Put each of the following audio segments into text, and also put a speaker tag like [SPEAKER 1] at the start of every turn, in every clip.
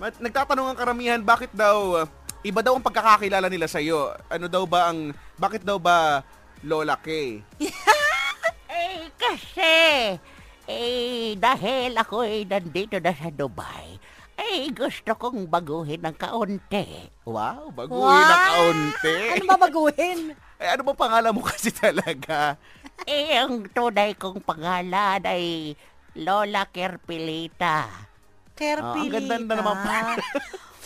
[SPEAKER 1] Mat- nagtatanong ang karamihan bakit daw uh, iba daw ang pagkakakilala nila sa iyo. Ano daw ba ang bakit daw ba Lola K?
[SPEAKER 2] Eh, kasi, eh, dahil ako'y nandito na sa Dubai, eh, gusto kong baguhin ng kaunti.
[SPEAKER 1] Wow, baguhin na
[SPEAKER 3] Wow!
[SPEAKER 1] kaunti.
[SPEAKER 3] Ano ba baguhin?
[SPEAKER 1] Eh, ano ba pangalan mo kasi talaga?
[SPEAKER 2] Eh, ang tunay kong pangalan ay Lola Kerpilita.
[SPEAKER 1] Ah,
[SPEAKER 3] Kerpilita.
[SPEAKER 1] ang ganda na naman pa.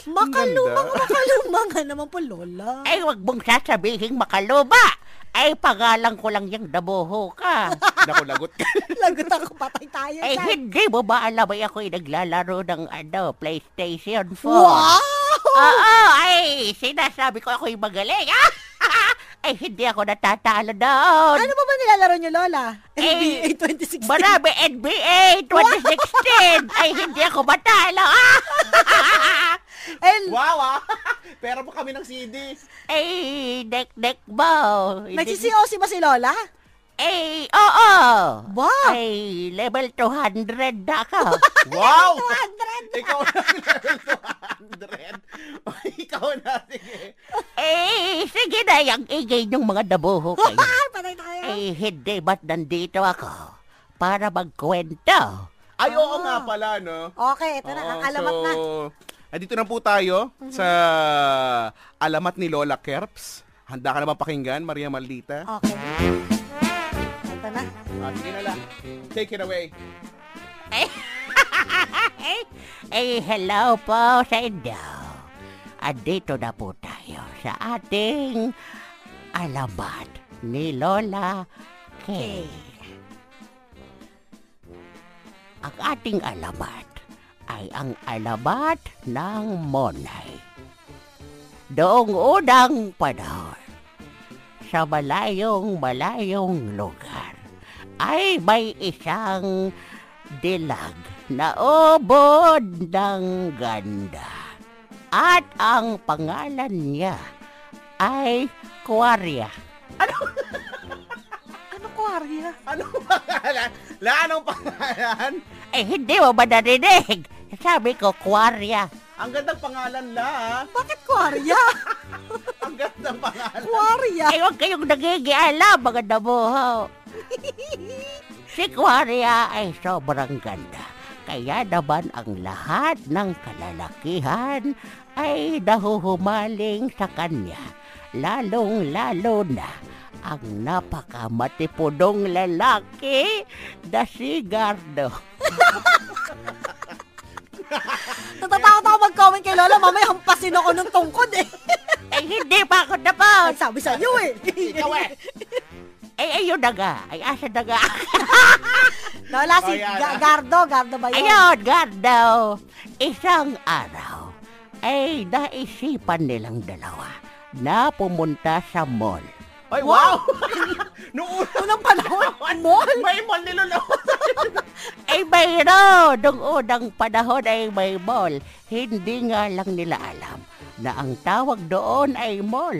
[SPEAKER 3] Makalumang,
[SPEAKER 1] Ang ganda.
[SPEAKER 3] makalumang nga naman po, Lola.
[SPEAKER 2] Ay, Eh, wag mong sasabihin makaluba. Ay, pangalan ko lang yung daboho ka.
[SPEAKER 1] Naku, lagot ka.
[SPEAKER 3] Lagot ako, patay tayo.
[SPEAKER 1] Eh,
[SPEAKER 2] Ay,
[SPEAKER 3] Jack.
[SPEAKER 2] hindi mo ba alam ay ako'y naglalaro ng ano, PlayStation 4?
[SPEAKER 3] Wow!
[SPEAKER 2] Oo, ay, sinasabi ko ako'y magaling. Ah! ay, hindi ako natatalo doon.
[SPEAKER 3] Ano ba ba nilalaro niyo, Lola?
[SPEAKER 2] Eh,
[SPEAKER 3] NBA 2016.
[SPEAKER 2] Marami NBA 2016. ay, hindi ako matalo. Ah!
[SPEAKER 3] And,
[SPEAKER 1] wow, ah. Pero pa kami ng CD.
[SPEAKER 2] Ay, nek-nek mo.
[SPEAKER 3] nagsi-COC ba si Lola?
[SPEAKER 2] Ay, oo.
[SPEAKER 3] Wow!
[SPEAKER 2] Ay, level 200 na ako.
[SPEAKER 1] Wow!
[SPEAKER 3] 200!
[SPEAKER 1] Ikaw na ang level 200. Ay, Ikaw na, sige.
[SPEAKER 2] ay, Eh, sige na, yung ingay ng mga dabuho kayo.
[SPEAKER 3] Ah, patay tayo.
[SPEAKER 2] ay, hindi ba't nandito ako? Para magkwento.
[SPEAKER 1] Ay, oo
[SPEAKER 3] Ah.
[SPEAKER 1] nga pala, no?
[SPEAKER 3] Okay, ito
[SPEAKER 1] Oh,
[SPEAKER 3] na. Ang alamat na. Mhm.
[SPEAKER 1] Andito na po tayo sa alamat ni Lola Kerps. Handa ka na ba pakinggan, Maria Maldita?
[SPEAKER 3] Okay. Ito na.
[SPEAKER 1] Ah, sige na lang. Take it away.
[SPEAKER 2] Ay, ay, Eh, hello po sa inyo. Andito na po tayo sa ating alamat ni Lola K. Ang ating alamat ay ang alamat ng Monay. Doong unang panahon, sa malayong malayong lugar, ay may isang dilag na ubod ng ganda. At ang pangalan niya ay Quaria.
[SPEAKER 3] Ano ko, Arya?
[SPEAKER 1] Anong pangalan? La, anong pangalan?
[SPEAKER 2] Eh, hindi mo ba narinig? Sabi ko, Quaria.
[SPEAKER 1] Ang gandang pangalan, La. ah.
[SPEAKER 3] Bakit ko, Arya?
[SPEAKER 1] Ang gandang pangalan.
[SPEAKER 3] Quaria.
[SPEAKER 2] Eh, huwag kayong nagigialam, mga damuho. Si Quaria ay sobrang ganda. Kaya naman ang lahat ng kalalakihan ay nahuhumaling sa kanya. Lalong-lalo na ang napakamatipudong lalaki na si Gardo.
[SPEAKER 3] Natatakot ako mag-comment kay Lola. Mamaya hampasin ako ng tungkod eh.
[SPEAKER 2] Ay, hindi pa ako tapos.
[SPEAKER 3] Ang sabi sa'yo eh.
[SPEAKER 1] Ikaw eh.
[SPEAKER 2] Ay, ayun na nga. Ay, asa na nga.
[SPEAKER 3] Lola, si
[SPEAKER 1] Oh, yan,
[SPEAKER 3] Ga-
[SPEAKER 1] ah.
[SPEAKER 3] Gardo. Gardo ba yun?
[SPEAKER 2] Ayun, Gardo. Isang araw, ay naisipan nilang dalawa na pumunta sa mall.
[SPEAKER 1] Ay, wow! Noong
[SPEAKER 3] Unang panahon, mall.
[SPEAKER 1] may mall ni Lola.
[SPEAKER 2] Ay mayroon! Eh, Nung unang panahon ay may mall. Hindi nga lang nila alam na ang tawag doon ay mall.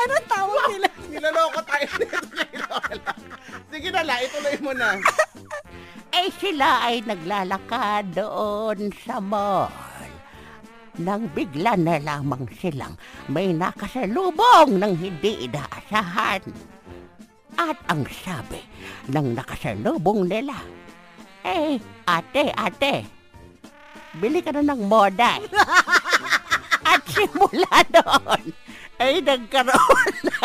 [SPEAKER 3] Anong tawag nila?
[SPEAKER 1] Niloloko tayo nito kay Lola. Sige na, La. Ituloy mo na.
[SPEAKER 2] ay Eh, sila ay naglalakad doon sa mall. Nang bigla na lamang silang may nakasalubong ng hindi inaasahan. At ang sabi ng nakasalubong nila, Eh, ate, ate, bili ka na ng moday. At simula doon ay nagkaroon na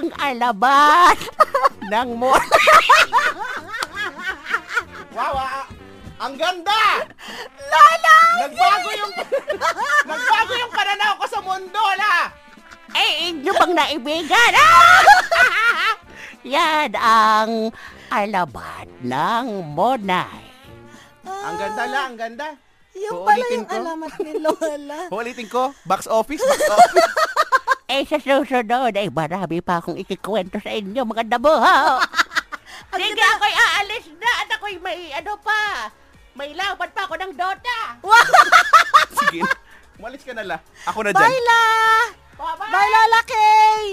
[SPEAKER 2] ng alabat ng mall.
[SPEAKER 1] Wow, ah, ang ganda! Lola! Nagbago yung Nagbago yung pananaw ko sa mundo, La.
[SPEAKER 2] Eh, inyo bang naibigan? Ah! Yan ang alabat ng Monay.
[SPEAKER 3] Ah,
[SPEAKER 1] Ang ganda, La. Ang ganda.
[SPEAKER 3] Yung pala
[SPEAKER 1] Uulitin
[SPEAKER 3] yung
[SPEAKER 1] ko.
[SPEAKER 3] alamat ni Lola.
[SPEAKER 1] Ulitin ko, box office, box office.
[SPEAKER 2] Eh, sa susunod, ay marami pa akong ikikwento sa inyo, mga dabuho.
[SPEAKER 3] Ang
[SPEAKER 2] Sige,
[SPEAKER 3] ganda-
[SPEAKER 2] ako'y aalis na at ako'y may ano pa. May laban pa ako ng Dota.
[SPEAKER 1] Sige. Umalis ka na, La. Ako na dyan.
[SPEAKER 3] Bye, La!
[SPEAKER 2] Bye-bye.
[SPEAKER 3] Bye, Lola Kay!